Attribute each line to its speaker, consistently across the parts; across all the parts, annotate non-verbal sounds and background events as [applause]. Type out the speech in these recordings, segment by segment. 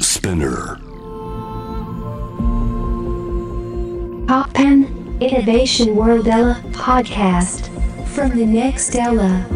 Speaker 1: Spinner.
Speaker 2: Poppen Innovation World Ella Podcast from the next Ella.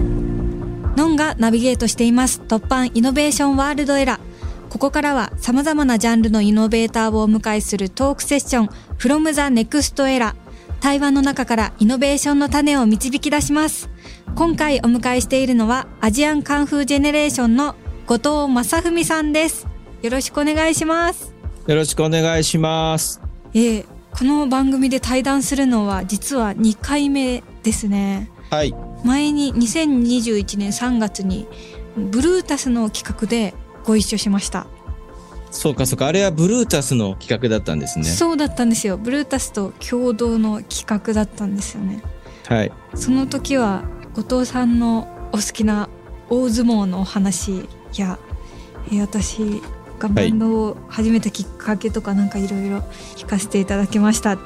Speaker 3: ノンがナビゲートしています突破イノベーションワールドエラーここからは様々なジャンルのイノベーターをお迎えするトークセッション from the next era 対話の中からイノベーションの種を導き出します今回お迎えしているのはアジアンカンフージェネレーションの後藤正文さんですよろしくお願いします
Speaker 4: よろしくお願いします。
Speaker 3: ええこの番組で対談するのは実は2回目ですね
Speaker 4: はい。
Speaker 3: 前に2021年3月にブルータスの企画でご一緒しました、
Speaker 4: そうかそうか。あれはブルータスの企画だったんですね。
Speaker 3: そうだったんですよブルータスと共同の企画だったんですよね
Speaker 4: はい。
Speaker 3: その時は後藤さんのお好きな大相撲のお話やえー私がバンドを始めたきっかけとかなんかいろいろ聞かせていただきましたって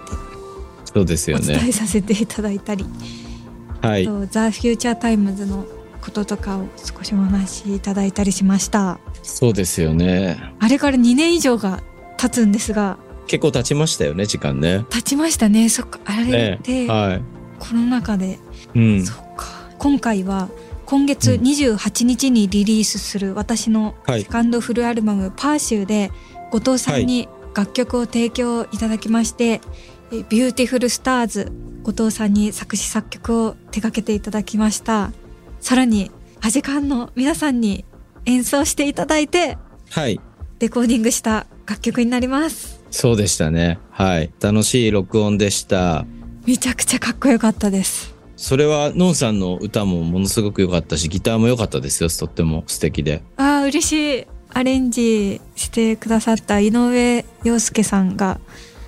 Speaker 4: そうです
Speaker 3: お
Speaker 4: よ
Speaker 3: 伝
Speaker 4: ね。
Speaker 3: えさせていただいたり
Speaker 4: はい。
Speaker 3: とザ・フューチャー・タイムズのこととかを少しお話しいただいたりしました。
Speaker 4: そうですよね。
Speaker 3: あれから2年以上が経つんですが、
Speaker 4: 結構経ちましたよね、時間ね。
Speaker 3: 経ちましたね。そっか、あれ
Speaker 4: ね
Speaker 3: で、
Speaker 4: は
Speaker 3: コロナ禍で、
Speaker 4: い。うん
Speaker 3: そ。っか。今回は、今月28日にリリースする私の
Speaker 4: はい
Speaker 3: セ。カンドフルアルバム、パーシューで、後藤さんに楽曲を提供いただきまして、えビューティフルスターズ、後藤さんに作詞作曲を手掛けていただきました。さらに、アジカンの皆さんに演奏していただいて、
Speaker 4: はい。
Speaker 3: レコーディングした楽曲になります。
Speaker 4: そうでしたね。はい。楽しい録音でした。
Speaker 3: めちゃくちゃかっこよかったです。
Speaker 4: それは、のんさんの歌もものすごく良かったし、ギターも良かったですよ。とっても素敵で。
Speaker 3: ああ、嬉しい。アレンジしてくださった井上陽介さんが、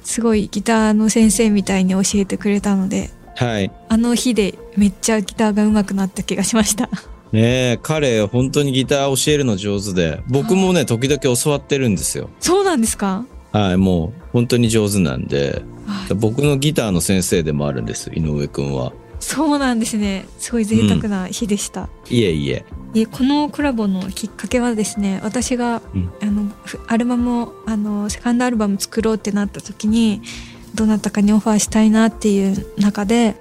Speaker 3: すごいギターの先生みたいに教えてくれたので、
Speaker 4: はい。
Speaker 3: あの日でめっちゃギターが上手くなった気がしました。
Speaker 4: ねえ、彼、本当にギター教えるの上手で、僕もね、時々教わってるんですよ。
Speaker 3: [laughs] そうなんですか
Speaker 4: はい、もう、本当に上手なんで、
Speaker 3: あー
Speaker 4: 僕のギターの先生でもあるんです井上くんは
Speaker 3: そうなんですね。すごい贅沢な日でした。
Speaker 4: いえいえ
Speaker 3: でこのコラボのきっかけはですね私が、
Speaker 4: うん
Speaker 3: あのふアルバムをあのセカンドアルバム作ろうってなった時にどなたかにオファーしたいなっていう中で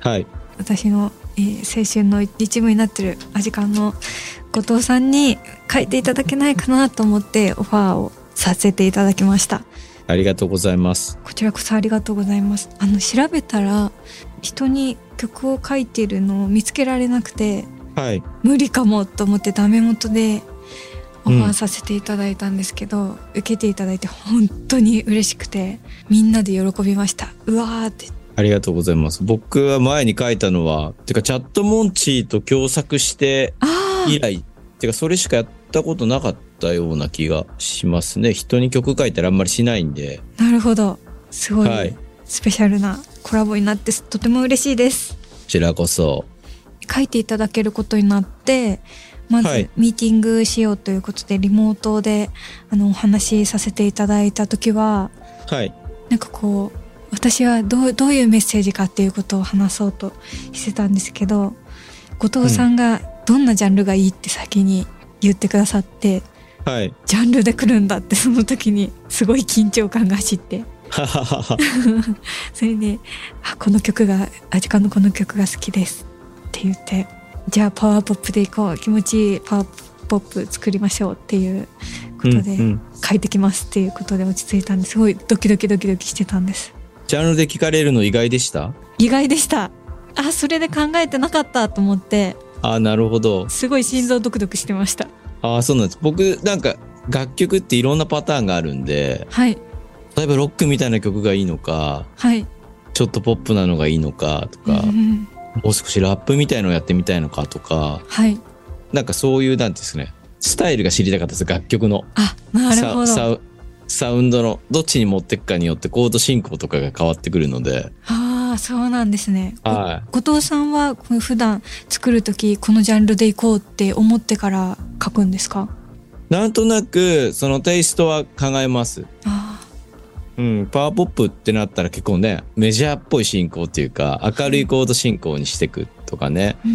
Speaker 4: はい
Speaker 3: 私の、えー青春の一部になってるアジカンの後藤さんに書いていただけないかなと思ってオファーをさせていただきました
Speaker 4: ありがとうございます
Speaker 3: こちらこそありがとうございますあの調べたら人に曲を書いてるのを見つけられなくて
Speaker 4: はい
Speaker 3: 無理かもと思ってダメ元でオファーさせていただいたんですけど、受けていただいて本当に嬉しくてみんなで喜びましたうわーって
Speaker 4: ありがとうございます僕は前に書いたのはてかチャットモンチーと共作して
Speaker 3: あ
Speaker 4: 以
Speaker 3: ー
Speaker 4: 来てかそれしかやったことなかったような気がしますね人に曲書いたらあんまりしないんで
Speaker 3: なるほどすごい、
Speaker 4: はい
Speaker 3: スペシャルなコラボになってとても嬉しいです
Speaker 4: こちらこそ
Speaker 3: 書いていただけることになってま
Speaker 4: は
Speaker 3: ず
Speaker 4: い
Speaker 3: ミーティングしようということでリモートであのお話しさせていただいた時は
Speaker 4: はい
Speaker 3: なんかこう私はどうどういうメッセージかっていうことを話そうとしてたんですけど後藤さんがどんなジャンルがいいって先に言ってくださって、
Speaker 4: はい
Speaker 3: ジャンルで来るんだってその時にすごい緊張感が走って
Speaker 4: ははは
Speaker 3: [laughs]
Speaker 4: は
Speaker 3: それで「あこの曲がアジカンのこの曲が好きです」って言って「じゃあパワーポップでいこう気持ちいいパワーポップ作りましょう」っていうことで
Speaker 4: うんうん
Speaker 3: 書いてきますっていうことで落ち着いたんですごいドキドキドキドキしてたんです。
Speaker 4: ジャンルで聞かれるの意外でした
Speaker 3: 意外でしたあそれで考えてなかったと思って
Speaker 4: ああなるほど
Speaker 3: すごい心臓ドクドクしてました
Speaker 4: ああそうなんです僕なんか楽曲っていろんなパターンがあるんで
Speaker 3: はい
Speaker 4: 例えばロックみたいな曲がいいのか、
Speaker 3: はい
Speaker 4: ちょっとポップなのがいいのかとか
Speaker 3: う、ん
Speaker 4: もう少しラップみたいのをやってみたいのかとか、
Speaker 3: はい
Speaker 4: なんかそういう、なんていうんですかね、スタイルが知りたかったです、楽曲の。
Speaker 3: あなるほ
Speaker 4: ササ
Speaker 3: ど
Speaker 4: ウサウンドの、どっちに持っていくかによってコード進行とかが変わってくるので、
Speaker 3: ああそうなんですねこ
Speaker 4: は
Speaker 3: 後藤さんはこう普段作る時このジャンルでいこうって思ってから書くんですか
Speaker 4: なんとなく、そのテイストは考えます。
Speaker 3: あ
Speaker 4: うん、パワーポップってなったら結構ね、メジャーっぽい進行っていうか、明るいコード進行にしていくとかね、
Speaker 3: ーう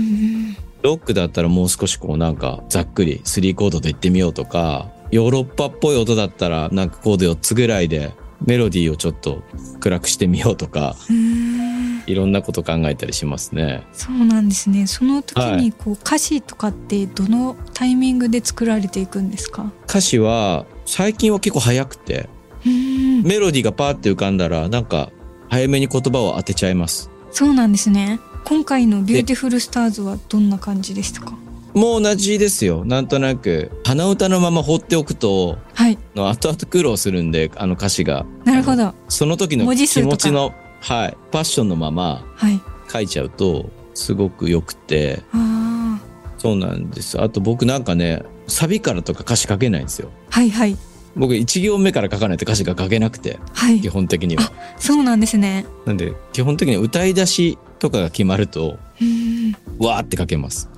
Speaker 3: ん
Speaker 4: ロックだったらもう少しこうなんかざっくりスリーコードで行ってみようとか、
Speaker 3: うん
Speaker 4: ヨーロッパっぽい音だったら、なんかコード4つぐらいで、メロディーをちょっと暗くしてみようとか、
Speaker 3: うーん
Speaker 4: いろんなこと考えたりしますね。
Speaker 3: そうなんですねその時
Speaker 4: は
Speaker 3: に
Speaker 4: い
Speaker 3: こう歌詞とかってどのタイミングで作られていくんですか
Speaker 4: 歌詞は、最近は結構早くて、
Speaker 3: うーん
Speaker 4: メロディーがパーって浮かんだら、なんか、早めに言葉を当てちゃいます。
Speaker 3: そうなんですね今回の「ビューティフルスターズ」はどんな感じでしたか
Speaker 4: もう同じですよ。なんとなく、鼻歌のまま放っておくと、
Speaker 3: はい
Speaker 4: あの後々苦労するんで、あの歌詞が。
Speaker 3: なるほど
Speaker 4: その時の
Speaker 3: 文字数
Speaker 4: 気
Speaker 3: とか
Speaker 4: 持ちの、はい、パッションのまま
Speaker 3: はい
Speaker 4: 書いちゃうと、すごく良くて、
Speaker 3: あ
Speaker 4: そうなんです。あと僕なんかね、サビからとか歌詞書けないんですよ。
Speaker 3: ーはいはい
Speaker 4: 僕1行目から書かないと歌詞が書けなくて、
Speaker 3: は
Speaker 4: 基
Speaker 3: い
Speaker 4: 本的には。
Speaker 3: そうなんですね
Speaker 4: なんで、基本的には歌い出しとかが決まると、
Speaker 3: うーん
Speaker 4: わーって書けます。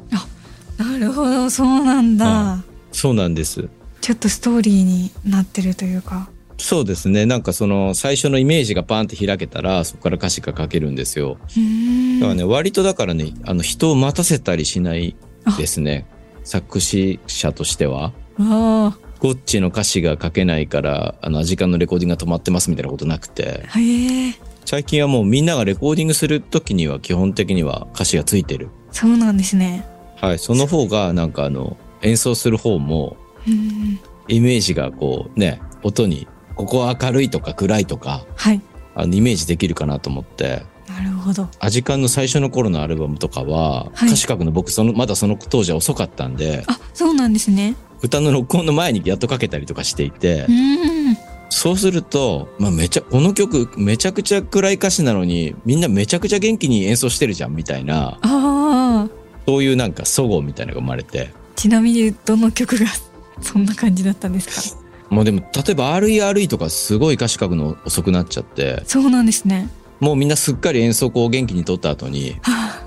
Speaker 3: なるほどそうなんだ、
Speaker 4: そうなんです。
Speaker 3: ちょっとストーリーになってるというか
Speaker 4: そうですね。なんかその最初のイメージがパンって開けたら、そこから歌詞が書けるんですよ。
Speaker 3: うーん
Speaker 4: だからね、割とだからね、あの人を待たせたりしないですね。作詞者としては。
Speaker 3: わあ
Speaker 4: ゴッチの歌詞が書けないから、あの、時間のレコーディングが止まってますみたいなことなくて、
Speaker 3: へえ
Speaker 4: 最近はもうみんながレコーディングするときには基本的には歌詞がついてる。
Speaker 3: そうなんですね
Speaker 4: はい、その方がなんかあの、演奏する方も、
Speaker 3: うーん
Speaker 4: イメージがこうね、音に、ここは明るいとか暗いとか、
Speaker 3: はい
Speaker 4: あの、イメージできるかなと思って、
Speaker 3: なるほど
Speaker 4: アジカンの最初の頃のアルバムとかは、
Speaker 3: はい
Speaker 4: 歌詞書くの僕その、まだその当時は遅かったんで、
Speaker 3: あそうなんですね
Speaker 4: 歌の録音の前にやっと書けたりとかしていて
Speaker 3: う、ーん
Speaker 4: そうすると、まあ、めちゃ、この曲めちゃくちゃ暗い歌詞なのに、みんなめちゃくちゃ元気に演奏してるじゃんみたい
Speaker 3: あ
Speaker 4: な、
Speaker 3: あ
Speaker 4: そういうなんか齟齬みたいなのが生まれて。
Speaker 3: ちなみにどの曲が [laughs] そんな感じだったんですか
Speaker 4: もうでも、例えば RERE とかすごい歌詞書くの遅くなっちゃって、
Speaker 3: そうなんですね
Speaker 4: もうみんなすっかり演奏を元気に撮った後に、
Speaker 3: は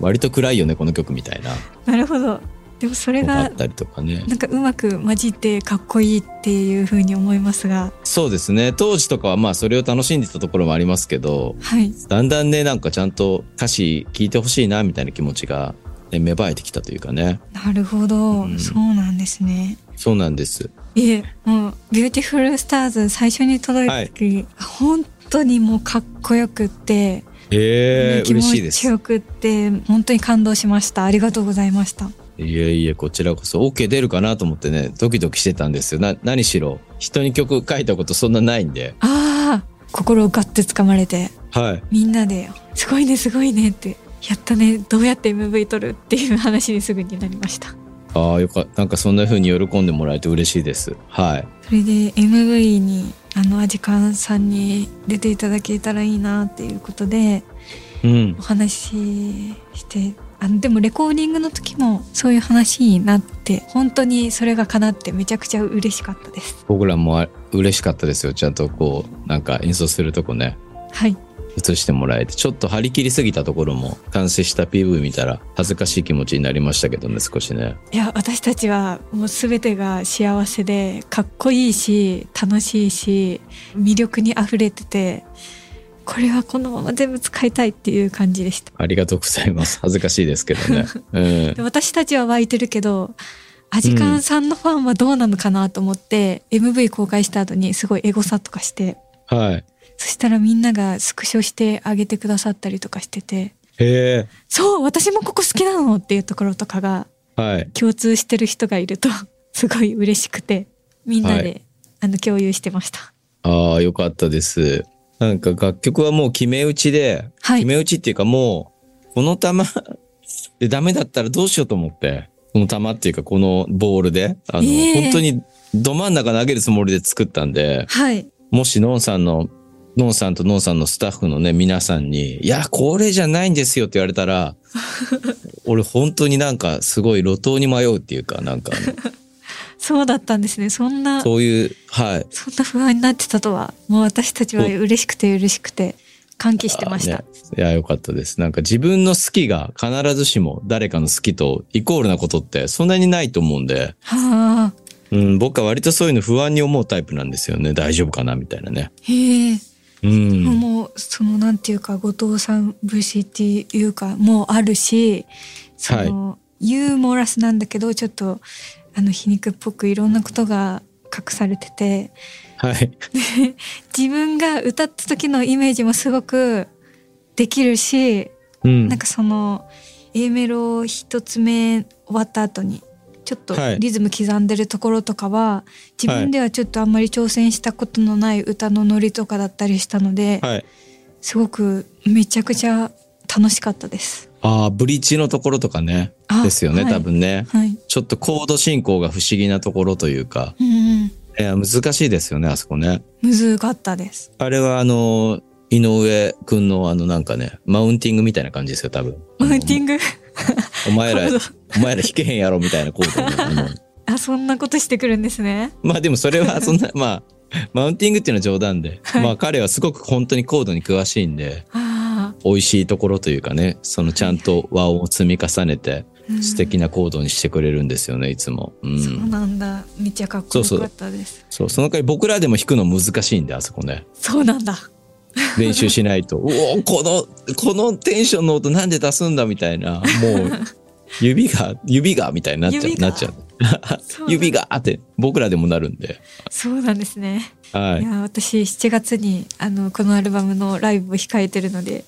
Speaker 4: 割と暗いよね、この曲みたいな、
Speaker 3: あなるほどでもそれ
Speaker 4: のがあ
Speaker 3: が
Speaker 4: ったりとかね。
Speaker 3: なんかうまく混じってかっこいいっていう風に思いますが
Speaker 4: そうですね。当時とかはまあそれを楽しんでたところもありますけど、
Speaker 3: はい
Speaker 4: だんだんね、なんかちゃんと歌詞聴いてほしいな、みたいな気持ちが、ね、芽生えてきたというかね。
Speaker 3: なるほど、
Speaker 4: うん
Speaker 3: そうなんですね
Speaker 4: そうなんです。
Speaker 3: いえもう「ビューティフルスターズ」最初に届いた時、本当にもうかっこよくって、
Speaker 4: ええ
Speaker 3: 気
Speaker 4: 嬉
Speaker 3: 持
Speaker 4: しいで
Speaker 3: ち
Speaker 4: す
Speaker 3: よ。くって本当に感動しましたありがとうございました
Speaker 4: いえいえ、こちらこそ OK 出るかなと思ってね、ドキドキしてたんですよ。な、何しろ、人に曲書いたことそんなないんで。
Speaker 3: ああ心をガッて掴まれて
Speaker 4: はい。
Speaker 3: みんなで「すごいねすごいね」って「やったねどうやって MV 撮る?」っていう話にすぐになりました
Speaker 4: ああ、よかなんかそんな風に喜んでもらえて嬉しいです。はい。
Speaker 3: それで MV にあのアジカンさんに出ていただけたらいいなっていうことで
Speaker 4: うん
Speaker 3: お。話ししてあのでもレコーディングの時もそういう話になって本当にそれが叶ってめちゃくちゃ嬉しかったです
Speaker 4: 僕らもあ嬉しかったですよ。ちゃんとこう、なんか演奏するとこね、
Speaker 3: はい
Speaker 4: 映してもらえて。ちょっと張り切りすぎたところも、完成した PV 見たら、恥ずかしい気持ちになりましたけどね、少しね。
Speaker 3: いや私たちはもう全てが幸せでかっこいいし楽しいし魅力にあふれててこれはこのまま全部使いたいっていう感じでした
Speaker 4: ありがとうございます。恥ずかしいですけどね。うん
Speaker 3: で。私たちは湧いてるけどアジカンさんのファンはどうなのかなと思って、MV 公開した後にすごいエゴサとかして
Speaker 4: はい。
Speaker 3: そしたらみんながスクショしてあげてくださったりとかしてて
Speaker 4: へえ。
Speaker 3: 「そう私もここ好きなの!」っていうところとかが
Speaker 4: はい。
Speaker 3: 共通してる人がいると [laughs] すごい嬉しくてみんなで、
Speaker 4: は
Speaker 3: あの共有してました。
Speaker 4: ああ、よかったです。なんか楽曲はもう決め打ちで、
Speaker 3: はい
Speaker 4: 決め打ちっていうかもう、この玉 [laughs] でダメだったらどうしようと思って、この玉っていうかこのボールで、あの、
Speaker 3: ええ
Speaker 4: 本当にど真ん中投げるつもりで作ったんで、
Speaker 3: はい
Speaker 4: もしノンさんの、ノンさんとノンさんのスタッフのね、皆さんに、いや、これじゃないんですよって言われ
Speaker 3: [laughs]
Speaker 4: たら、俺本当になんかすごい路頭に迷うっていうか、なんかあ
Speaker 3: そうだったんですねそんな
Speaker 4: の、そういう、はい。
Speaker 3: そんな不安になってたとはもう私たちは
Speaker 4: そう
Speaker 3: 嬉しくて嬉しくて歓喜してました。
Speaker 4: あねいや、よかったです。なんか自分の好きが必ずしも誰かの好きとイコールなことってそんなにないと思うんで、
Speaker 3: はあ
Speaker 4: うん、僕は割とそういうの不安に思うタイプなんですよね。大丈夫かなみたいなね。
Speaker 3: へえ
Speaker 4: うん。
Speaker 3: もうそのなんていうか後藤さん節っていうかもうあるしその、ユーモラスなんだけどちょっとあの皮肉っぽくいろんなことが隠されてて
Speaker 4: はい。
Speaker 3: 自分が歌った時のイメージもすごくできるし
Speaker 4: うん
Speaker 3: なん。かその A メロ一つ目終わった後にちょっと
Speaker 4: はい
Speaker 3: リズム刻んでるところとかは自分ではちょっとあんまり挑戦したことのない歌のノリとかだったりしたので、
Speaker 4: はい。
Speaker 3: すごくめちゃくちゃ楽しかったです。
Speaker 4: ああ、ブリッジのところとかね。
Speaker 3: あ
Speaker 4: ですよね、
Speaker 3: はい
Speaker 4: 多分ね。
Speaker 3: はい。
Speaker 4: ちょっとコード進行が不思議なところというか、
Speaker 3: うん
Speaker 4: いや難しいですよね、あそこね。
Speaker 3: うん。むずかったです。
Speaker 4: あれはあの、井上くんのあのなんかね、マウンティングみたいな感じですよ、多分。
Speaker 3: マウンティ
Speaker 4: グ
Speaker 3: ング。 [laughs]
Speaker 4: お前ら
Speaker 3: コー、
Speaker 4: お前ら弾けへんやろみたいなコードであ
Speaker 3: [laughs]
Speaker 4: の
Speaker 3: あ、そんなことしてくるんですね。
Speaker 4: まあでもそれはそんな、 [laughs] まあ、マウンティングっていうのは冗談で、
Speaker 3: はい
Speaker 4: まあ彼はすごく本当にコードに詳しいんで、
Speaker 3: あ
Speaker 4: 美味しいところというかね、そのちゃんと和音を積み重ねて、
Speaker 3: あ、うん
Speaker 4: 素敵なコードにしてくれるんですよね、いつも。う。
Speaker 3: そうんなんだ。めっちゃかっこよかったです。
Speaker 4: そう、その代わり僕らでも弾くの難しいんで、あそこね。
Speaker 3: そうなんだ。
Speaker 4: 練習
Speaker 3: [laughs]
Speaker 4: しないと。うおこの、このテンションの音なんで出すんだみたいな、も
Speaker 3: [laughs]
Speaker 4: う、指が、指がみたいになっちゃ
Speaker 3: 指
Speaker 4: う、
Speaker 3: が
Speaker 4: なっちゃう。
Speaker 3: そうなん
Speaker 4: [laughs] 指がって僕らでもなるんで。
Speaker 3: そうなんですね。
Speaker 4: はいい。
Speaker 3: や私7月にあのこのアルバムのライブを控えてるので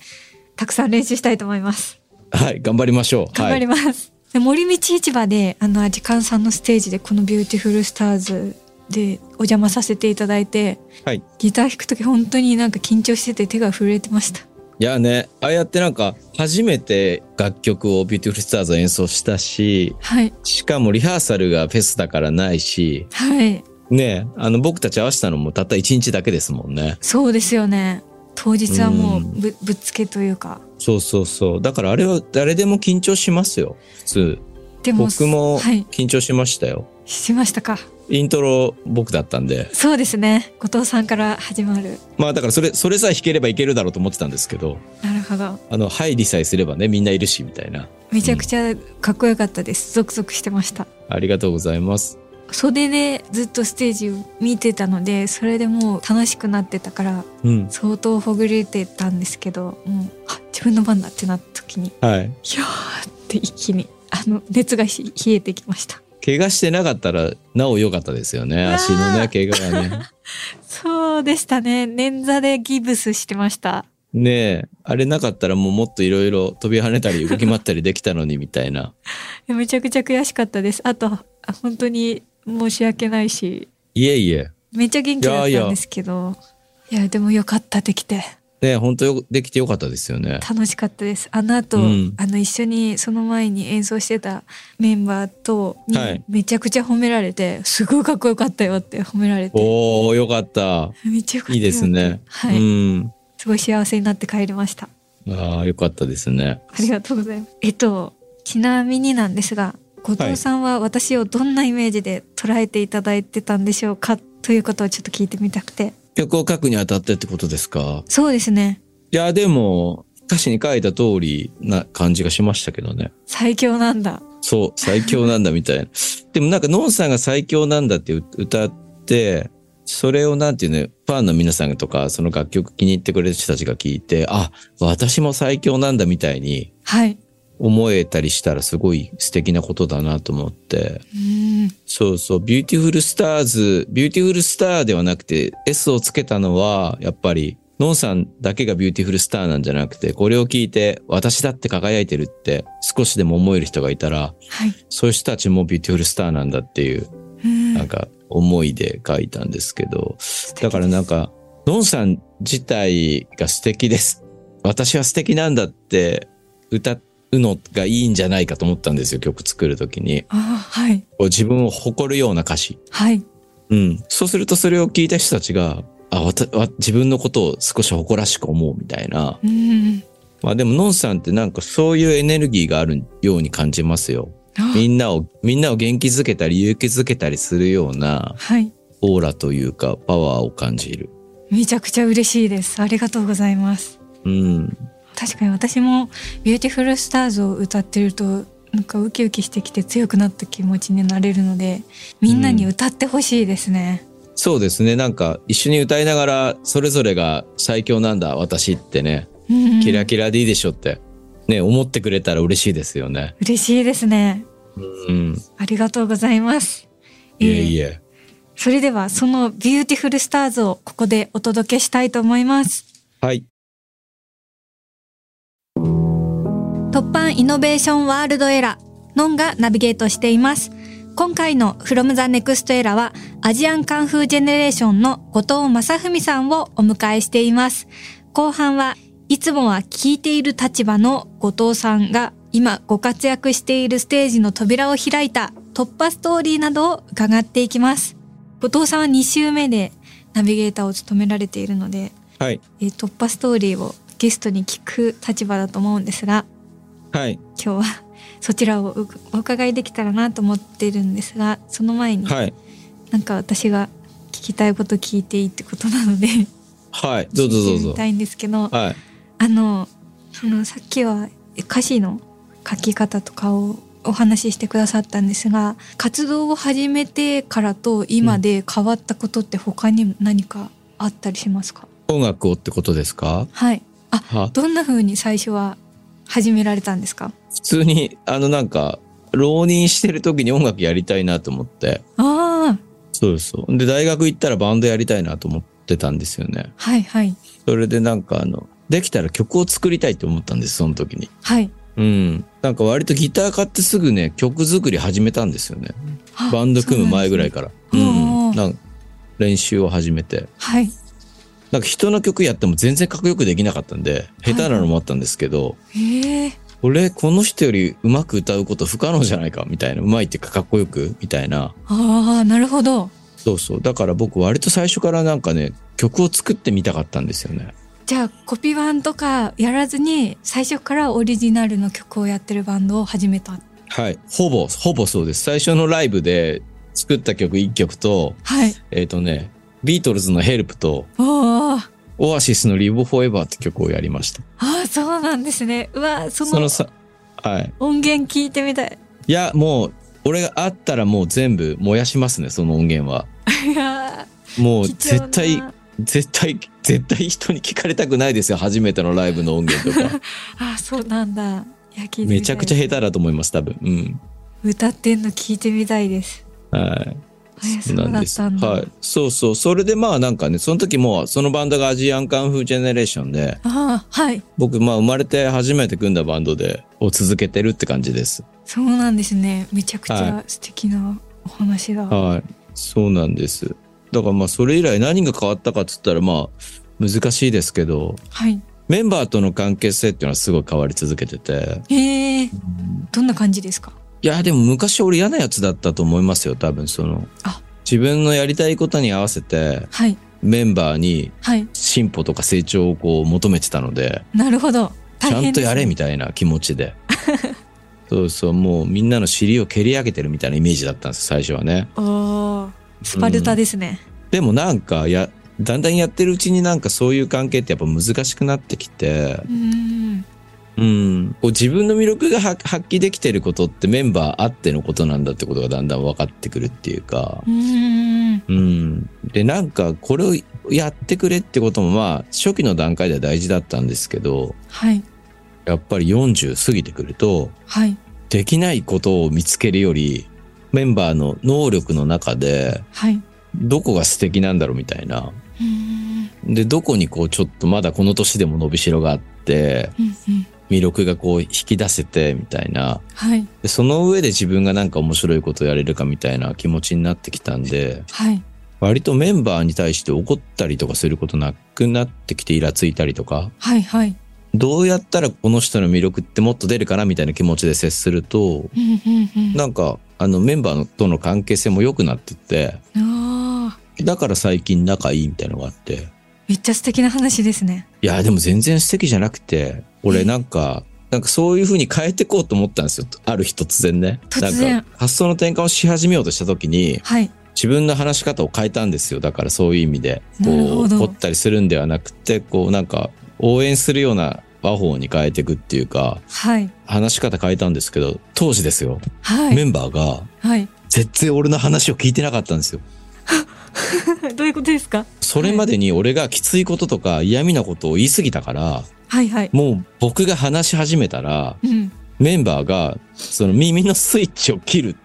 Speaker 3: たくさん練習したいと思います
Speaker 4: はい、頑張りましょう。
Speaker 3: 頑張ります、で森道市場であのアジカンさんのステージでこの「ビューティフルスターズでお邪魔させていただいて
Speaker 4: はい。はい
Speaker 3: ギター弾く時本当になんか緊張してて手が震えてました
Speaker 4: いやね、ああやってなんか、初めて楽曲をビューティフルスターズ演奏したし、
Speaker 3: はい
Speaker 4: しかもリハーサルがフェスだからないし、
Speaker 3: はい
Speaker 4: ねあの僕たち合わせたのもたった1日だけですもんね。
Speaker 3: そうですよね当日はもう
Speaker 4: うん
Speaker 3: ぶぶっつけというか
Speaker 4: そうそうそう。だからあれは誰でも緊張しますよ。普通。
Speaker 3: でも
Speaker 4: 僕も
Speaker 3: はい
Speaker 4: 緊張しましたよ。
Speaker 3: しましたか
Speaker 4: イントロ僕だったんで。
Speaker 3: そうですね後藤さんから始まる
Speaker 4: まあだからそれ、それさえ弾ければいけるだろうと思ってたんですけど、
Speaker 3: なるほど
Speaker 4: あの、入りさえすればね、みんないるし、みたいな。
Speaker 3: めちゃくちゃかっこよかったです。ゾクゾクしてました。
Speaker 4: ありがとうございます。
Speaker 3: 袖でずっとステージを見てたので、それでもう楽しくなってたから、
Speaker 4: うん。
Speaker 3: 相当ほぐれてたんですけど、もう、あ、自分の番だってなった時に、
Speaker 4: はい。
Speaker 3: ひゃーって一気に、あの、熱がひ冷えてきました。
Speaker 4: 怪我してなかったら、なお良かったですよね。
Speaker 3: わー
Speaker 4: 足のね、怪我がね。
Speaker 3: [laughs] そうでしたね。捻挫でギブスしてました。
Speaker 4: ねえ、あれなかったらもうもっといろいろ飛び跳ねたり動き回ったりできたのに、みたいな。
Speaker 3: めちゃくちゃ悔しかったです。あと、あ本当に申し訳ないし、
Speaker 4: いえいえ。
Speaker 3: めっちゃ元気だったんですけど、いやでもよかった、できて。
Speaker 4: ねえ、本当よ、できてよかったですよね。
Speaker 3: 楽しかったですあの後、
Speaker 4: うん
Speaker 3: あの一緒にその前に演奏してたメンバーとに
Speaker 4: はい
Speaker 3: めちゃくちゃ褒められて、すごいかっこよかったよって褒められて
Speaker 4: おー、よかった。
Speaker 3: めっちゃよかったよって
Speaker 4: いいですね。
Speaker 3: はい、
Speaker 4: うん。
Speaker 3: すごい幸せになって帰りました
Speaker 4: ああ、よかったですね。
Speaker 3: ありがとうございますえっとちなみになんですが後藤さんは私をどんなイメージで捉えていただいてたんでしょうかということをちょっと聞いてみたくて
Speaker 4: 曲を書くにあたってってことですか
Speaker 3: そうですね
Speaker 4: いや、でも、歌詞に書いた通りな感じがしましたけどね。
Speaker 3: 最強なんだ
Speaker 4: そう、最強なんだみたいな。でもなんか、ノンさんが最強なんだって歌って、それをなんていうの、ファンの皆さんとか、その楽曲気に入ってくれる人たちが聞いて、あ、私も最強なんだみたいに
Speaker 3: はい
Speaker 4: 思えたりしたらすごい素敵なことだなと思って。
Speaker 3: うん
Speaker 4: そうそう、ビューティフルスターズ、ビューティフルスターではなくて、S をつけたのは、やっぱり、ノンさんだけがビューティフルスターなんじゃなくて、これを聞いて、私だって輝いてるって、少しでも思える人がいたら、
Speaker 3: はい
Speaker 4: そういう人たちもビューティフルスターなんだっていう、
Speaker 3: うん
Speaker 4: なんか、思いで書いたんですけど、
Speaker 3: 素敵
Speaker 4: だからなんか、ノンさん自体が素敵です。私は素敵なんだって、歌うのがいいんじゃないかと思ったんですよ、曲作るときに。
Speaker 3: あはい
Speaker 4: こう自分を誇るような歌詞。
Speaker 3: はい
Speaker 4: うん。そうするとそれを聞いた人たちが、あ、わた、わ自分のことを少し誇らしく思うみたいな。
Speaker 3: うん
Speaker 4: まあでも、ノンさんってなんかそういうエネルギーがあるように感じますよ。
Speaker 3: あ
Speaker 4: みんなを、みんなを元気づけたり、勇気づけたりするような
Speaker 3: はい。
Speaker 4: オーラというか、パワーを感じる。
Speaker 3: めちゃくちゃ嬉しいです。ありがとうございます。
Speaker 4: うん。
Speaker 3: 確かに私もビューティフルスターズを歌ってると、なんかウキウキしてきて強くなった気持ちになれるので、みんなに歌ってほしいですね。
Speaker 4: そうですね。なんか、一緒に歌いながら、それぞれが最強なんだ、私ってね。
Speaker 3: うん、
Speaker 4: キラキラでいいでしょって。ね、思ってくれたら嬉しいですよね。
Speaker 3: 嬉しいですね。
Speaker 4: うん。
Speaker 3: ありがとうございます。
Speaker 4: いえ
Speaker 3: えー
Speaker 4: いえ。
Speaker 3: それではそのビューティフルスターズをここでお届けしたいと思います。
Speaker 4: はい。
Speaker 3: 突破イノベーションワールドエラー、ノンがナビゲートしています。今回の From the Next Era はアジアンカンフージェネレーションの後藤正文さんをお迎えしています。後半はいつもは聞いている立場の後藤さんが今ご活躍しているステージの扉を開いた突破ストーリーなどを伺っていきます。後藤さんは2週目でナビゲーターを務められているので、
Speaker 4: はい。
Speaker 3: えー突破ストーリーをゲストに聞く立場だと思うんですが、
Speaker 4: はい。
Speaker 3: 今日はそちらをうお伺いできたらなと思ってるんですがその前に
Speaker 4: はい。
Speaker 3: なんか私が聞きたいこと聞いていいってことなので
Speaker 4: はい。どうぞ
Speaker 3: 聞
Speaker 4: どう
Speaker 3: いてみ
Speaker 4: ぞ。
Speaker 3: たいんですけどあ
Speaker 4: はい。
Speaker 3: のそのさっきは歌詞の書き方とかをお話ししてくださったんですが活動を始めてからと今で変わったことって他にも何かあったりしますか、
Speaker 4: 音楽をってことですか
Speaker 3: はいあ
Speaker 4: は
Speaker 3: どんな風に最初は始められたんですか
Speaker 4: 普通に、あのなんか、浪人してる時に音楽やりたいなと思って。
Speaker 3: ああ
Speaker 4: そうですそう。で、大学行ったらバンドやりたいなと思ってたんですよね。
Speaker 3: はいはい
Speaker 4: それでなんかあの、できたら曲を作りたいと思ったんです、その時に。
Speaker 3: はい
Speaker 4: うん。なんか割とギター買ってすぐね、曲作り始めたんですよね。
Speaker 3: あ
Speaker 4: バンド組む前ぐらい
Speaker 3: そ
Speaker 4: から。
Speaker 3: う
Speaker 4: う
Speaker 3: なんですねお
Speaker 4: ん。
Speaker 3: ー
Speaker 4: なんか練習を始めて。
Speaker 3: うなんですね
Speaker 4: なんか人の曲やっても全然かっこよくできなかったんで、
Speaker 3: はい
Speaker 4: 下手なのもあったんですけど、
Speaker 3: はいええ
Speaker 4: 俺、この人よりうまく歌うこと不可能じゃないか、みたいな。うまいっていうかかっこよく、みたいな。
Speaker 3: ああなるほど
Speaker 4: そうそう。だから僕割と最初からなんかね、曲を作ってみたかったんですよね。
Speaker 3: じゃあコピー版とかやらずに最初からオリジナルの曲をやってるバンドを始めた
Speaker 4: はい。ほぼ、ほぼそうです。最初のライブで作った曲1曲と、
Speaker 3: はい
Speaker 4: えっ、とね、ビートルズのヘルプと、
Speaker 3: おー
Speaker 4: オアシスのリボフォーエバーって曲をやりました。
Speaker 3: ああそうなんですねうわそ
Speaker 4: そ
Speaker 3: の
Speaker 4: のさ、はい。
Speaker 3: 音源聞いてみたい
Speaker 4: いや、もう、俺があったらもう全部燃やしますね、その音源は。
Speaker 3: いや
Speaker 4: もう
Speaker 3: ー貴重な
Speaker 4: 絶対、絶対、絶対人に聞かれたくないですよ、初めてのライブの音源
Speaker 3: [laughs]
Speaker 4: とか。
Speaker 3: ああそうなんだいや聞いてみたい
Speaker 4: めちゃくちゃ下手だと思います、多分。うん。
Speaker 3: 歌ってんの聞いてみたいです
Speaker 4: はい。
Speaker 3: えそうだったんだ、
Speaker 4: はい。そうそう。それでまあなんかね、その時もうそのバンドがアジアンカンフージェネレーションで、
Speaker 3: ああはい
Speaker 4: 僕まあ生まれて初めて組んだバンドで、を続けてるって感じです。
Speaker 3: そうなんですねめちゃくち
Speaker 4: は
Speaker 3: ゃ素敵なお話だ、
Speaker 4: はい。そうなんです。だからまあそれ以来何が変わったかっつったらまあ難しいですけど、
Speaker 3: はい
Speaker 4: メンバーとの関係性っていうのはすごい変わり続けてて。
Speaker 3: ええどんな感じですか
Speaker 4: いや、でも昔俺嫌なやつだったと思いますよ、多分その
Speaker 3: あ。
Speaker 4: 自分のやりたいことに合わせて
Speaker 3: はい
Speaker 4: メンバーに
Speaker 3: はい
Speaker 4: 進歩とか成長をこう求めてたので、
Speaker 3: なるほど
Speaker 4: ちゃんとやれみ
Speaker 3: た
Speaker 4: たいな気持ちで。そうそう、もうみんなの尻を蹴り上げてるみたいなイメージだったんです、最初はね。
Speaker 3: いなおースパルタですね、
Speaker 4: でもなんか、や、だんだんやってるうちになんかそういう関係ってやっぱ難しくなってきて、
Speaker 3: うーん
Speaker 4: うん、こう自分の魅力がは発揮できてることってメンバーあってのことなんだってことがだんだん分かってくるっていうか
Speaker 3: う、ーん
Speaker 4: うん。で、なんかこれをやってくれってこともまあ初期の段階では大事だったんですけど、
Speaker 3: はい
Speaker 4: やっぱり40過ぎてくると、
Speaker 3: はい
Speaker 4: できないことを見つけるより、メンバーの能力の中で、
Speaker 3: はいう
Speaker 4: どこが素敵なんだろうみたいな。
Speaker 3: ーん
Speaker 4: で、どこにこうちょっとまだこの年でも伸びしろがあって、
Speaker 3: うんうん
Speaker 4: 魅力がこう引き出せてみたいな。
Speaker 3: はい
Speaker 4: でその上で自分がなんか面白いことをやれるかみたいな気持ちになってきたんで、
Speaker 3: はい
Speaker 4: 割とメンバーに対して怒ったりとかすることなくなってきてイラついたりとか、
Speaker 3: はいはい
Speaker 4: どうやったらこの人の魅力ってもっと出るかなみたいな気持ちで接すると、
Speaker 3: うんうん
Speaker 4: なんか、あの、メンバーとの関係性も良くなってって、
Speaker 3: うんあー
Speaker 4: だから最近仲いいみたいなのがあって。
Speaker 3: めっちゃ素敵な話ですね
Speaker 4: いや、でも全然素敵じゃなくて、
Speaker 3: え
Speaker 4: 俺なんか、なんかそういう風に変えてこうと思ったんですよ。ある日突然ね。
Speaker 3: 突然
Speaker 4: なんか発想の転換をし始めようとした時に、
Speaker 3: はい
Speaker 4: 自分の話し方を変えたんですよ。だからそういう意味で。
Speaker 3: なる
Speaker 4: こ
Speaker 3: ほ
Speaker 4: う、
Speaker 3: ど
Speaker 4: 怒ったりするんではなくて、こうなんか、応援するような和法に変えていくっていうか、
Speaker 3: はい
Speaker 4: 話し方変えたんですけど、当時ですよ。
Speaker 3: は
Speaker 4: メ
Speaker 3: い
Speaker 4: ンバーが、
Speaker 3: はい
Speaker 4: 絶対俺の話を聞いてなかったんですよ。
Speaker 3: どういうことですか
Speaker 4: それまでに俺がきついこととか嫌味なことを言い過ぎたから、
Speaker 3: はいはい
Speaker 4: もう僕が話し始めたら、
Speaker 3: うん
Speaker 4: メンバーが、その耳のスイッチを切る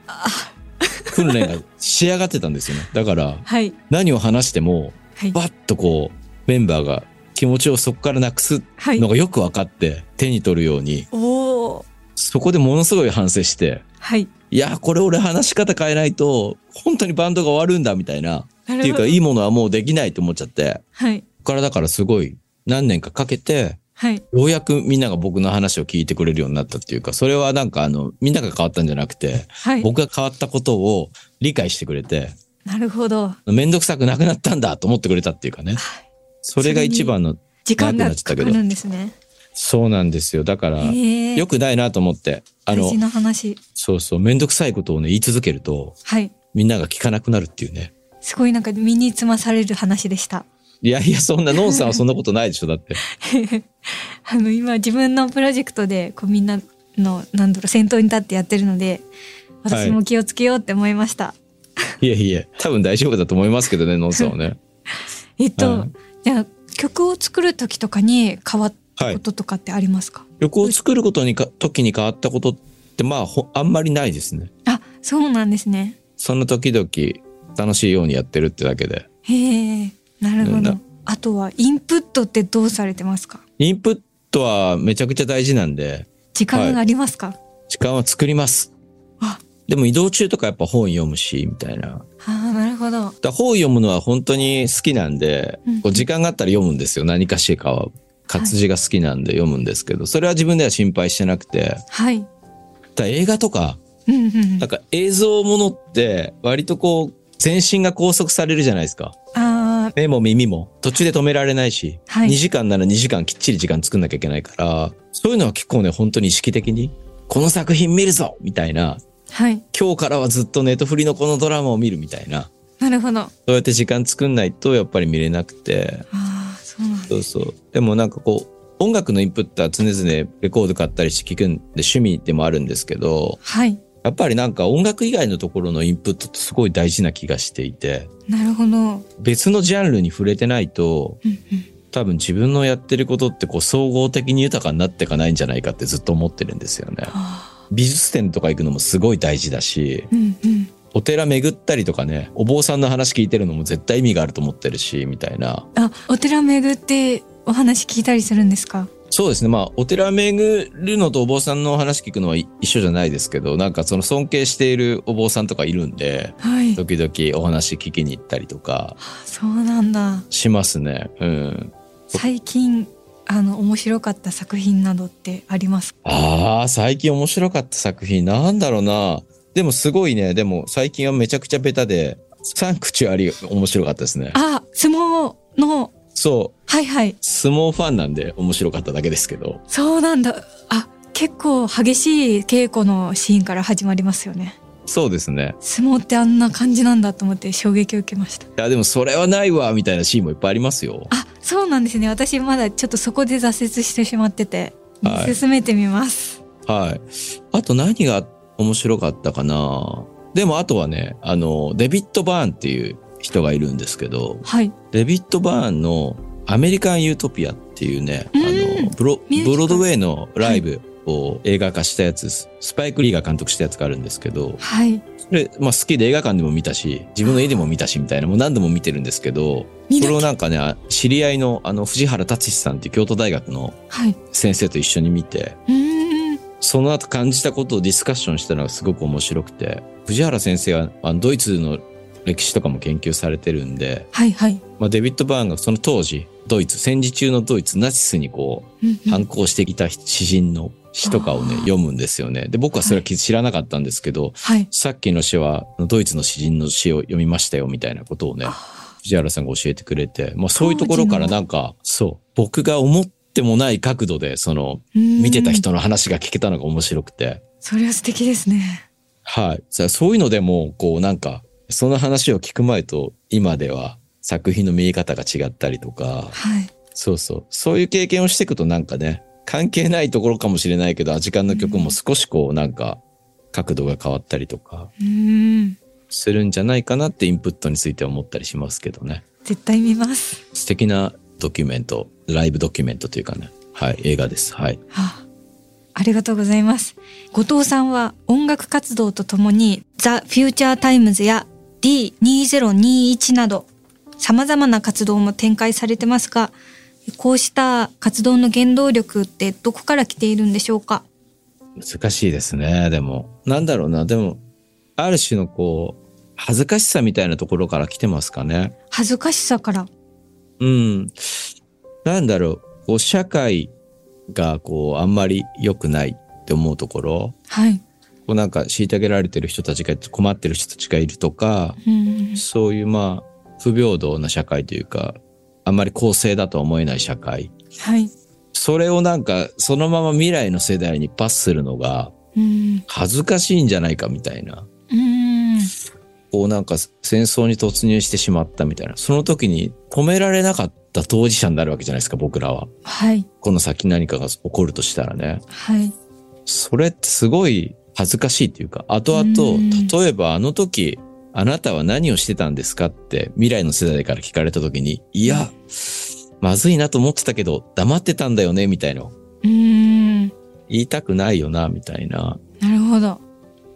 Speaker 4: 訓練が仕上がってたんですよね。だから、
Speaker 3: はい。
Speaker 4: 何を話しても、
Speaker 3: はい。
Speaker 4: バッとこう、メンバーが気持ちをそこからなくす
Speaker 3: はい
Speaker 4: の。がよく分かって、手に取るように、
Speaker 3: おお。
Speaker 4: そこでものすごい反省して、
Speaker 3: はい。
Speaker 4: いや、これ俺話し方変えないと、本当にバンドが終わるんだ、みたいな。
Speaker 3: な
Speaker 4: ってい
Speaker 3: る
Speaker 4: う
Speaker 3: ほ
Speaker 4: か、
Speaker 3: ど。
Speaker 4: いいものはもうできないと思っちゃって。
Speaker 3: はい。
Speaker 4: ここからだからすごい、何年かかけて、
Speaker 3: はい。
Speaker 4: ようやくみんなが僕の話を聞いてくれるようになったっていうか、それはなんかあの、みんなが変わったんじゃなくて、
Speaker 3: はい。
Speaker 4: 僕が変わったことを理解してくれて、
Speaker 3: なるほど。
Speaker 4: めんどくさくなくなったんだと思ってくれたっていうかね。それが一番の、
Speaker 3: 時間が
Speaker 4: なくなっちゃ
Speaker 3: か
Speaker 4: った
Speaker 3: か
Speaker 4: けど
Speaker 3: るんですね。
Speaker 4: そうなんですよ。だから、
Speaker 3: へえ。
Speaker 4: 良くないなと思って、あ
Speaker 3: 大
Speaker 4: の
Speaker 3: 事、な話。
Speaker 4: そうそう、めんどくさいことをね、言い続けると、
Speaker 3: はい。
Speaker 4: みんなが聞かなくなるっていうね。
Speaker 3: すごいなんか身につまされる話でした。 [laughs]
Speaker 4: いやいや、そんな、ノンさんはそんなことないでしょ、だって。
Speaker 3: あの今自分のプロジェクトでこうみんなのなんだろう先頭に立ってやってるので私も気をつけようって思いました。
Speaker 4: いやいや、多分大丈夫だと思いますけどね、ノンさんはね。
Speaker 3: えっと、
Speaker 4: はい
Speaker 3: じゃあ曲を作る時とかに変わった
Speaker 4: はい
Speaker 3: こととかってありますか、
Speaker 4: 曲を作ることにか、時に変わったことって、まあ、ほあんまりないですね。
Speaker 3: あそうなんですね。
Speaker 4: その時々楽しいようにやってるってだけで。
Speaker 3: へえなるほ
Speaker 4: うん
Speaker 3: ど
Speaker 4: な。
Speaker 3: あとはインプットってどうされてますか
Speaker 4: インプットはめちゃくちゃ大事なんで、
Speaker 3: 時間がありますか、
Speaker 4: 時間は作ります
Speaker 3: あ。
Speaker 4: でも移動中とかやっぱ本読むし、みたいな。だか
Speaker 3: ああなるほど。
Speaker 4: ら本読むのは本当に好きなんで
Speaker 3: うん、
Speaker 4: こう時間があったら読むんですよ。何かしらかは。活字が好きなんで読むんですけど、それは自分では心配してなくて。
Speaker 3: はい。
Speaker 4: ただ映画とか、
Speaker 3: うんうんうん
Speaker 4: なん。か映像ものって割とこう、全身が拘束されるじゃないですか。
Speaker 3: ああ
Speaker 4: 目も耳も途中で止められないし、
Speaker 3: はい
Speaker 4: 2時間なら2時間きっちり時間作んなきゃいけないから、そういうのは結構ね、本当に意識的に、この作品見るぞみたいな、
Speaker 3: はい。
Speaker 4: 今日からはずっとネットフリのこのドラマを見るみたいな、
Speaker 3: なるほど。あ
Speaker 4: そうやって時間作んないとやっぱり見れなくて、
Speaker 3: あそうなんだ。
Speaker 4: そうそう。でもなんかこう、音楽のインプットは常々レコード買ったりして聞くんで趣味でもあるんですけど、
Speaker 3: はい。
Speaker 4: やっぱりなんか音楽以外のところのインプットってすごい大事な気がしていて、
Speaker 3: なるほど。うん
Speaker 4: 別のジャンルに触れてないと、
Speaker 3: うん。
Speaker 4: 多分自分のやってることってこう総合的に豊かになっていかないんじゃないかってずっと思ってるんですよね。
Speaker 3: あ
Speaker 4: 美術展とか行くのもすごい大事だし、
Speaker 3: ーうんうん。
Speaker 4: お寺巡ったりとかね、お坊さんの話聞いてるのも絶対意味があると思ってるし、みたいな。
Speaker 3: あ、お寺巡ってお話聞いたりするんですか。
Speaker 4: そうですね。まあ、お寺巡るのとお坊さんの話聞くのはい一緒じゃないですけど、なんかその尊敬しているお坊さんとかいるんで、
Speaker 3: はい。
Speaker 4: 時々お話聞きに行ったりとか
Speaker 3: そうなんだ。
Speaker 4: しますね。うん。
Speaker 3: 最近あの面白かった作品などってありますか。
Speaker 4: ああ、最近面白かった作品なんだろうな。でもすごいね、でも最近はめちゃくちゃベタで、サンクチュアリ面白かったですね。
Speaker 3: あ、相撲の
Speaker 4: そう、
Speaker 3: はいはい。
Speaker 4: 相撲ファンなんで面白かっただけですけど。
Speaker 3: そうなんだ。あ、結構激しい稽古のシーンから始まりますよね。
Speaker 4: そうですね。
Speaker 3: 相撲ってあんな感じなんだと思って衝撃を受けました。
Speaker 4: いや、でもそれはないわ、みたいなシーンもいっぱいありますよ。
Speaker 3: あ、そうなんですね。私まだちょっとそこで挫折してしまってて、
Speaker 4: はい
Speaker 3: 進めてみます。
Speaker 4: はい。あと何が面白かったかな。でもあとはね、あの、デビッド・バーンっていう人がいるんですけど、
Speaker 3: はい。
Speaker 4: デビッド・バーンのアメリカン・ユートピアっていうね、あ
Speaker 3: うん
Speaker 4: の、ブロ
Speaker 3: ミュージカル
Speaker 4: ブロードウェイのライブを映画化したやつです、スパイク・リーが監督したやつがあるんですけど、
Speaker 3: はい。
Speaker 4: それ、まあ好きで映画館でも見たし、自分の家でも見たしみたいな、もう何度も見てるんですけど、
Speaker 3: 見
Speaker 4: これ
Speaker 3: な
Speaker 4: を
Speaker 3: きゃ
Speaker 4: なんかね、あ知り合いのあの、藤原達史さんっていう京都大学の
Speaker 3: はい。
Speaker 4: 先生と一緒に見て、
Speaker 3: うーん。
Speaker 4: その後感じたことをディスカッションしたのがすごく面白くて、藤原先生はあのドイツの歴史とかも研究されてるんで、
Speaker 3: はいはい。
Speaker 4: まあ、デビッド・バーンがその当時、ドイツ、戦時中のドイツ、ナチスにこ
Speaker 3: うん
Speaker 4: う、
Speaker 3: うん
Speaker 4: 反抗してきた詩人の詩とかを
Speaker 3: あ
Speaker 4: ね、
Speaker 3: ー
Speaker 4: 読むんですよね。で、僕はそれは気知らなかったんですけど、
Speaker 3: はい。
Speaker 4: さっきの詩は、ドイツの詩人の詩を読みましたよ、みたいなことをね、藤原さんが教えてくれて、まあそういうところからなんか、そう、僕が思ってもない角度で、その、見
Speaker 3: 見
Speaker 4: てた。人の話が聞けたのが面白くて、
Speaker 3: それは素敵ですね。
Speaker 4: はい。さそういうのでも、こうなんか、その話を聞く前と今では作品の見え方が違ったりとか、
Speaker 3: はい。
Speaker 4: そうそう。そういう経験をしていくとなんかね、関係ないところかもしれないけど、時間の曲も少しこうなんか角度が変わったりとか
Speaker 3: うーん。
Speaker 4: するんじゃないかなってインプットについては思ったりしますけどね。
Speaker 3: 絶対見ます。
Speaker 4: 素敵なドキュメント、ライブドキュメントというかね、はい、映画です。はい。
Speaker 3: はあ、ありがとうございます。後藤さんは音楽活動とともに The Future Times や D2021 など様々な活動も展開されてますが、こうした活動の原動力ってどこから来ているんでしょうか
Speaker 4: 難しいですね、でも。なんだろうな、でも、ある種のこう、恥ずかしさみたいなところから来てますかね。
Speaker 3: 恥ずかしさから。
Speaker 4: うん。なんだろう、こう、社会がこう、あんまり良くないって思うところ、
Speaker 3: はい。
Speaker 4: こうなんか虐げられてる人たちがいて困ってる人たちがいるとか、
Speaker 3: うん
Speaker 4: そういうまあ、不平等な社会というか、あんまり公正だとは思えない社会。
Speaker 3: はい。
Speaker 4: それをなんか、そのまま未来の世代にパスするのが、
Speaker 3: うん。
Speaker 4: 恥ずかしいんじゃないかみたいな。
Speaker 3: うん。
Speaker 4: こうなんか戦争に突入してしまったみたいな。その時に止められなかった当事者になるわけじゃないですか、僕らは。
Speaker 3: はい。
Speaker 4: この先何かが起こるとしたらね。
Speaker 3: はい。
Speaker 4: それってすごい恥ずかしいっていうか、後
Speaker 3: うん
Speaker 4: 々、例えばあの時、あなたは何をしてたんですかって未来の世代から聞かれた時に、いや、まずいなと思ってたけど、黙ってたんだよね、みたいな。
Speaker 3: うん。
Speaker 4: 言いたくないよな、みたいな。
Speaker 3: なるほど。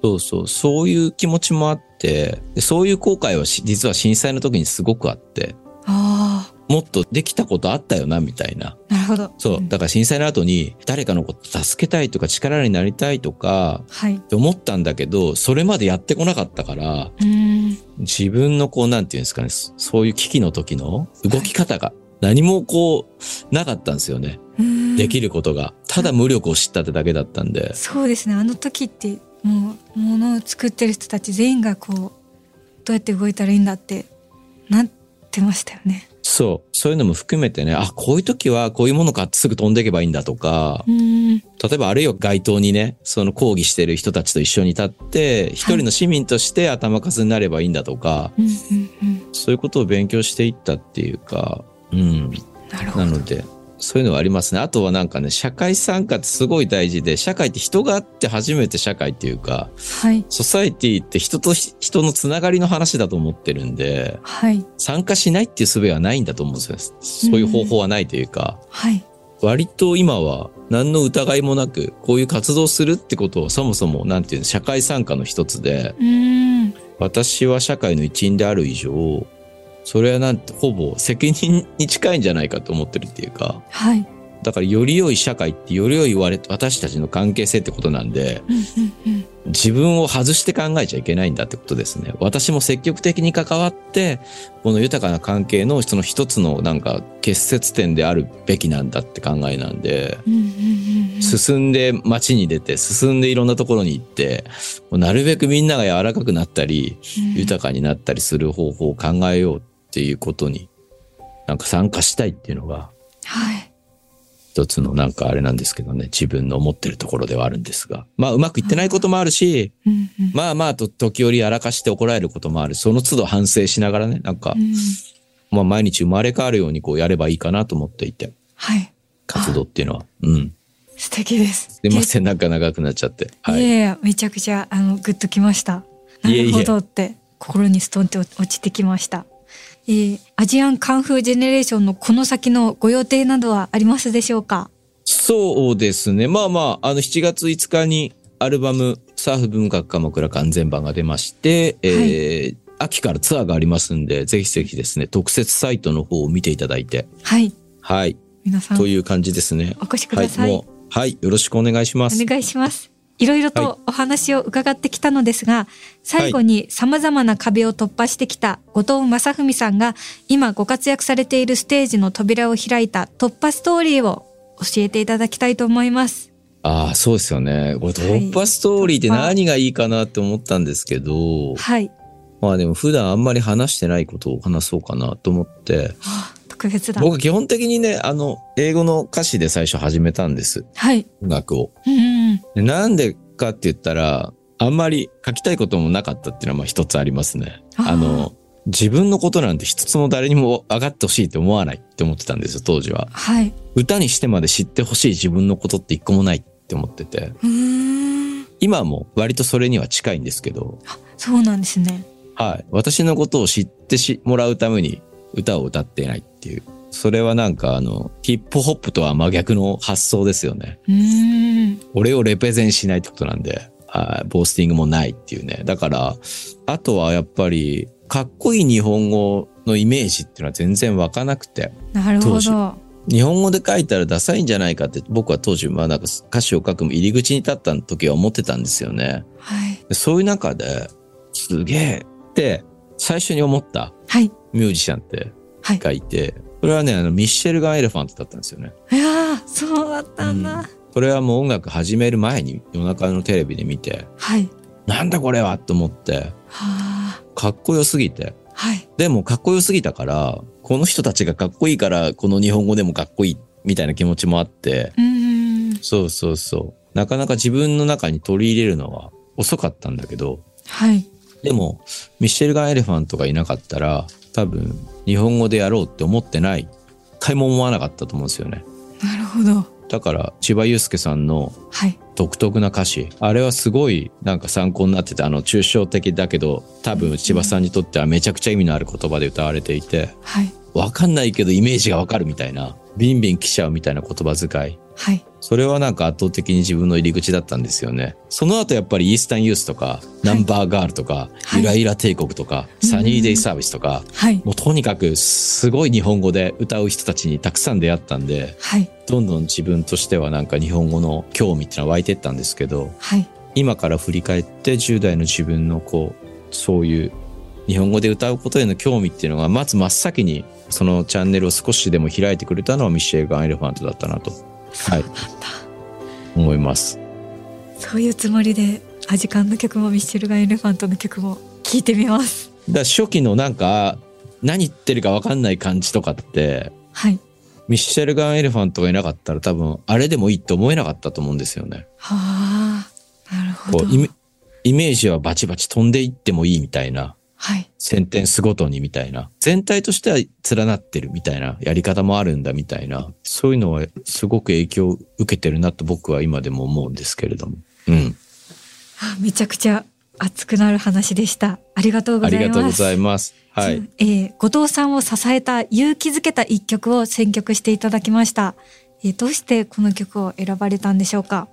Speaker 4: そうそう、そういう気持ちもあって、でそういう後悔はし実は震災の時にすごくあって、
Speaker 3: ああ。
Speaker 4: もっとできたことあったよな、みたいな。
Speaker 3: なるほど。
Speaker 4: そう。
Speaker 3: ん
Speaker 4: だから震災の後に誰かのこと助けたいとか力になりたいとか、
Speaker 3: はい。
Speaker 4: って思ったんだけど、それまでやってこなかったから、
Speaker 3: うん。
Speaker 4: 自分のこう、なんていうんですかね、そそういう危機の時の動き方が何もこう、なかったんですよね。
Speaker 3: うん
Speaker 4: できることが。ただ無力を知ったってだけだったんで。
Speaker 3: そうですねあの時ってもうものを作ってる人たち全員がこうどうやって動いたらいいんだってなってましたよね。
Speaker 4: そう。そういうのも含めてね、あ、こういう時はこういうもの買ってすぐ飛んでいけばいいんだとか、
Speaker 3: うん
Speaker 4: 例えばあるいは街頭にね、その抗議してる人たちと一緒に立って、一人の市民として頭数になればいいんだとか、
Speaker 3: うんうんうん
Speaker 4: そういうことを勉強していったっていうか、うん。
Speaker 3: なるほ
Speaker 4: な
Speaker 3: ど。
Speaker 4: ので、そういうのはありますね。あとはなんかね、社会参加ってすごい大事で、社会って人があって初めて社会っていうか、
Speaker 3: はい
Speaker 4: ソサエティって人とひ人のつながりの話だと思ってるんで、
Speaker 3: はい
Speaker 4: 参加しないっていう術はないんだと思うんですよね。そういう方法はないというか、
Speaker 3: はい。
Speaker 4: 割と今は何の疑いもなく、こういう活動するってことはそもそも、なんていうの、社会参加の一つで、
Speaker 3: うん
Speaker 4: 私は社会の一員である以上、それはなんて、ほぼ責任に近いんじゃないかと思ってるっていうか、
Speaker 3: はい。
Speaker 4: だからより良い社会ってより良い我々私たちの関係性ってことなんで、
Speaker 3: うんうんうん
Speaker 4: 自分を外して考えちゃいけないんだってことですね。私も積極的に関わって、この豊かな関係のその一つのなんか結節点であるべきなんだって考えなんで、
Speaker 3: うんうんうんうん。
Speaker 4: 進んで街に出て、進んでいろんなところに行って、もうなるべくみんなが柔らかくなったり、豊かになったりする方法を考えようっていうことに、なんか参加したいっていうのが、
Speaker 3: はい
Speaker 4: 一つのなんかあれなんですけどね、自分の思ってるところではあるんですが。まあうまくいってないこともあるし、
Speaker 3: うんうん
Speaker 4: まあまあと時折やらかして怒られることもある。その都度反省しながらね、なんか
Speaker 3: う、ん
Speaker 4: まあ毎日生まれ変わるようにこうやればいいかなと思っていて、
Speaker 3: はい
Speaker 4: 活動っていうのは。うん。
Speaker 3: 素敵です。
Speaker 4: すいません、なんか長くなっちゃって。はいい。
Speaker 3: やいやめちゃくちゃあのグッときました。ない
Speaker 4: えい
Speaker 3: る
Speaker 4: え
Speaker 3: ほどって心にストンって落ちてきました。えーアジアンカンフージェネレーションのこの先のご予定などはありますでしょうか。
Speaker 4: そうですね。まあまあ、あの7月5日にアルバム、サーフ文学鎌倉完全版が出まして、えー秋からツアーがありますんで、ぜひぜひですね、特設サイトの方を見ていただいて、
Speaker 3: はい、
Speaker 4: はい、
Speaker 3: 皆さん
Speaker 4: と
Speaker 3: お
Speaker 4: いう感じですね。
Speaker 3: 越しください。
Speaker 4: はい、もう、はい、よろしくお願いします
Speaker 3: お。願いします。いろいろ
Speaker 4: は
Speaker 3: とお話を伺ってきたのですが、最後に様々な壁を突破してきた後藤正文さんが今ご活躍されているステージの扉を開いた突破ストーリーを教えていただきたいと思います。
Speaker 4: ああ、そうですよね。これ、
Speaker 3: はい
Speaker 4: 突破ストーリーって何がいいかなって思ったんですけど、
Speaker 3: はい。
Speaker 4: まあでも普段あんまり話してないことを話そうかなと思って、
Speaker 3: あ特別だ。
Speaker 4: 僕基本的にね、あの、英語の歌詞で最初始めたんです。
Speaker 3: はい。
Speaker 4: 音楽を。
Speaker 3: うんうん。
Speaker 4: でなんでかって言ったら、あんまり書きたいこともなかったっていうのはまあ一つありますね。
Speaker 3: あー
Speaker 4: あの、自分のことなんて一つも誰にも上がってほしいって思わないって思ってたんですよ、当時は。
Speaker 3: はい。
Speaker 4: 歌にしてまで知ってほしい自分のことって一個もないって思ってて、
Speaker 3: うーん。
Speaker 4: 今も割とそれには近いんですけど、
Speaker 3: そうなんですね。
Speaker 4: はい。私のことを知ってしもらうために歌を歌っていないっていう。それはなんかあの、ヒップホップとは真逆の発想ですよね。
Speaker 3: うーん。
Speaker 4: 俺をレペゼンしないってことなんで、はいボースティングもないっていうね。だから、あとはやっぱり、かっこいい日本語のイメージっていうのは全然湧かなくて、
Speaker 3: なる
Speaker 4: ど
Speaker 3: ほ
Speaker 4: うし
Speaker 3: ど。
Speaker 4: 日本語で書いたらダサいんじゃないかって僕は当時、まあなんか歌詞を書く入り口に立った時は思ってたんですよね。
Speaker 3: はい。
Speaker 4: でそういう中で、すげえって最初に思った
Speaker 3: はい。
Speaker 4: ミュージシャンって
Speaker 3: はい。
Speaker 4: がいて、それはね、あのミッシェルガン・エレファントだったんですよね。
Speaker 3: いやー、そうだったんだ。
Speaker 4: うんこれはもう音楽始める前に夜中のテレビで見て、
Speaker 3: はい。
Speaker 4: なんだこれはと思って、
Speaker 3: はあ。
Speaker 4: かっこよすぎて。
Speaker 3: はい。
Speaker 4: でもかっこよすぎたから、この人たちがかっこいいから、この日本語でもかっこいいみたいな気持ちもあって、
Speaker 3: うーん。
Speaker 4: そうそうそう。なかなか自分の中に取り入れるのは遅かったんだけど、
Speaker 3: はい。
Speaker 4: でも、ミッシェルガン・エレファントがいなかったら、多分、日本語でやろうって思ってない、一回も思わなかったと思うんですよね。
Speaker 3: なるほど。
Speaker 4: だから、千葉祐介さんの
Speaker 3: はい。
Speaker 4: 独特な歌詞あれはすごいなんか参考になっててあの抽象的だけど多分千葉さんにとってはめちゃくちゃ意味のある言葉で歌われていて
Speaker 3: はい。
Speaker 4: わかんないけどイメージがわかるみたいなビンビン来ちゃうみたいな言葉遣い
Speaker 3: はい。
Speaker 4: それはなんか圧倒的に自分の入り口だったんですよねその後やっぱりイースタンユースとかナンバーガールとか、
Speaker 3: はい
Speaker 4: ゆらゆら帝国とかサニーデイサービスとか
Speaker 3: はい。
Speaker 4: もうとにかくすごい日本語で歌う人たちにたくさん出会ったんで
Speaker 3: はい。
Speaker 4: どんどん自分としてはなんか日本語の興味ってのは湧いてったんですけど
Speaker 3: はい。
Speaker 4: 今から振り返って10代の自分のこうそういう日本語で歌うことへの興味っていうのがまず真っ先にそのチャンネルを少しでも開いてくれたのはミシェル・ガン・エレファントだったなと、はい、思います。
Speaker 3: そういうつもりで、アジカンの曲もミッシェルガン・エレファントの曲も聴いてみます。
Speaker 4: だから初期のなんか何言ってるか分かんない感じとかって
Speaker 3: はい。
Speaker 4: ミシェル・ガン・エレファントがいなかったら多分あれでもいいって思えなかったと思うんですよね。
Speaker 3: はあ。なるほ
Speaker 4: こ
Speaker 3: ど。
Speaker 4: うイメイメージはバチバチ飛んでいってもいいみたいな。
Speaker 3: はい。
Speaker 4: センテンスごとにみたいな。全体としては連なってるみたいな。やり方もあるんだみたいな。そういうのはすごく影響を受けてるなと僕は今でも思うんですけれども。うん。
Speaker 3: あめちゃくちゃ熱くなる話でした。ありがとうご
Speaker 4: あ
Speaker 3: ざいます。
Speaker 4: りがとうございます。は
Speaker 3: じ
Speaker 4: い。
Speaker 3: ゃあえー後藤さんを支えた勇気づけた一曲を選曲していただきました。えーどうしてこの曲を選ばれたんでしょうか。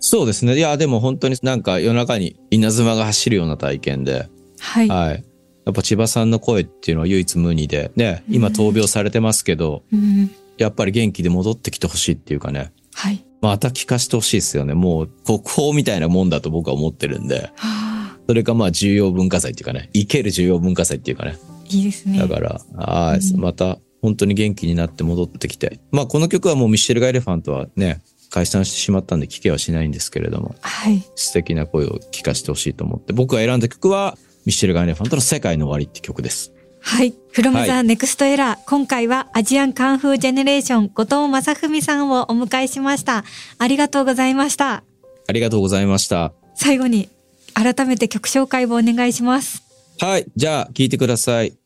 Speaker 4: そうですね。いや、でも本当になんか夜中に稲妻が走るような体験で。
Speaker 3: はい。
Speaker 4: はい。やっぱ千葉さんの声っていうのは唯一無二で。ね、今闘病されてますけど、
Speaker 3: うん。
Speaker 4: やっぱり元気で戻ってきてほしいっていうかね。
Speaker 3: はい。
Speaker 4: また聞かせてほしいですよね。もう国宝みたいなもんだと僕は思ってるんで。
Speaker 3: はあ、
Speaker 4: それかまあ重要文化財っていうかね、生ける重要文化財っていうかね。
Speaker 3: いいですね。
Speaker 4: だから、はい、
Speaker 3: うん
Speaker 4: また本当に元気になって戻ってきて。まあこの曲はもうミッシェル・ガ・エレファントはね、解散してしまったんで聴けはしないんですけれども、
Speaker 3: はい。
Speaker 4: 素敵な声を聞かせてほしいと思って、僕が選んだ曲は、ミッシェル・ガ・エレファントの世界の終わりって曲です。
Speaker 3: はい。from
Speaker 4: は
Speaker 3: the
Speaker 4: い
Speaker 3: next era、今回はアジアンカンフージェネレーション後藤正文さんをお迎えしました。ありがとうございました。
Speaker 4: ありがとうございました。
Speaker 3: 最後に改めて曲紹介をお願いします。
Speaker 4: はい、じゃあ聴いてください。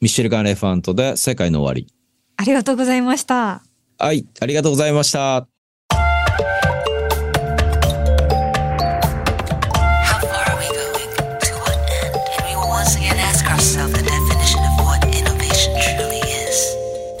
Speaker 4: ミッシェル・ガ・エレファントで世界の終わり。
Speaker 3: ありがとうございました。
Speaker 4: はい、ありがとうございました。
Speaker 1: How far are we going? To what end? And we will once again ask ourselves the definition of what innovation truly is.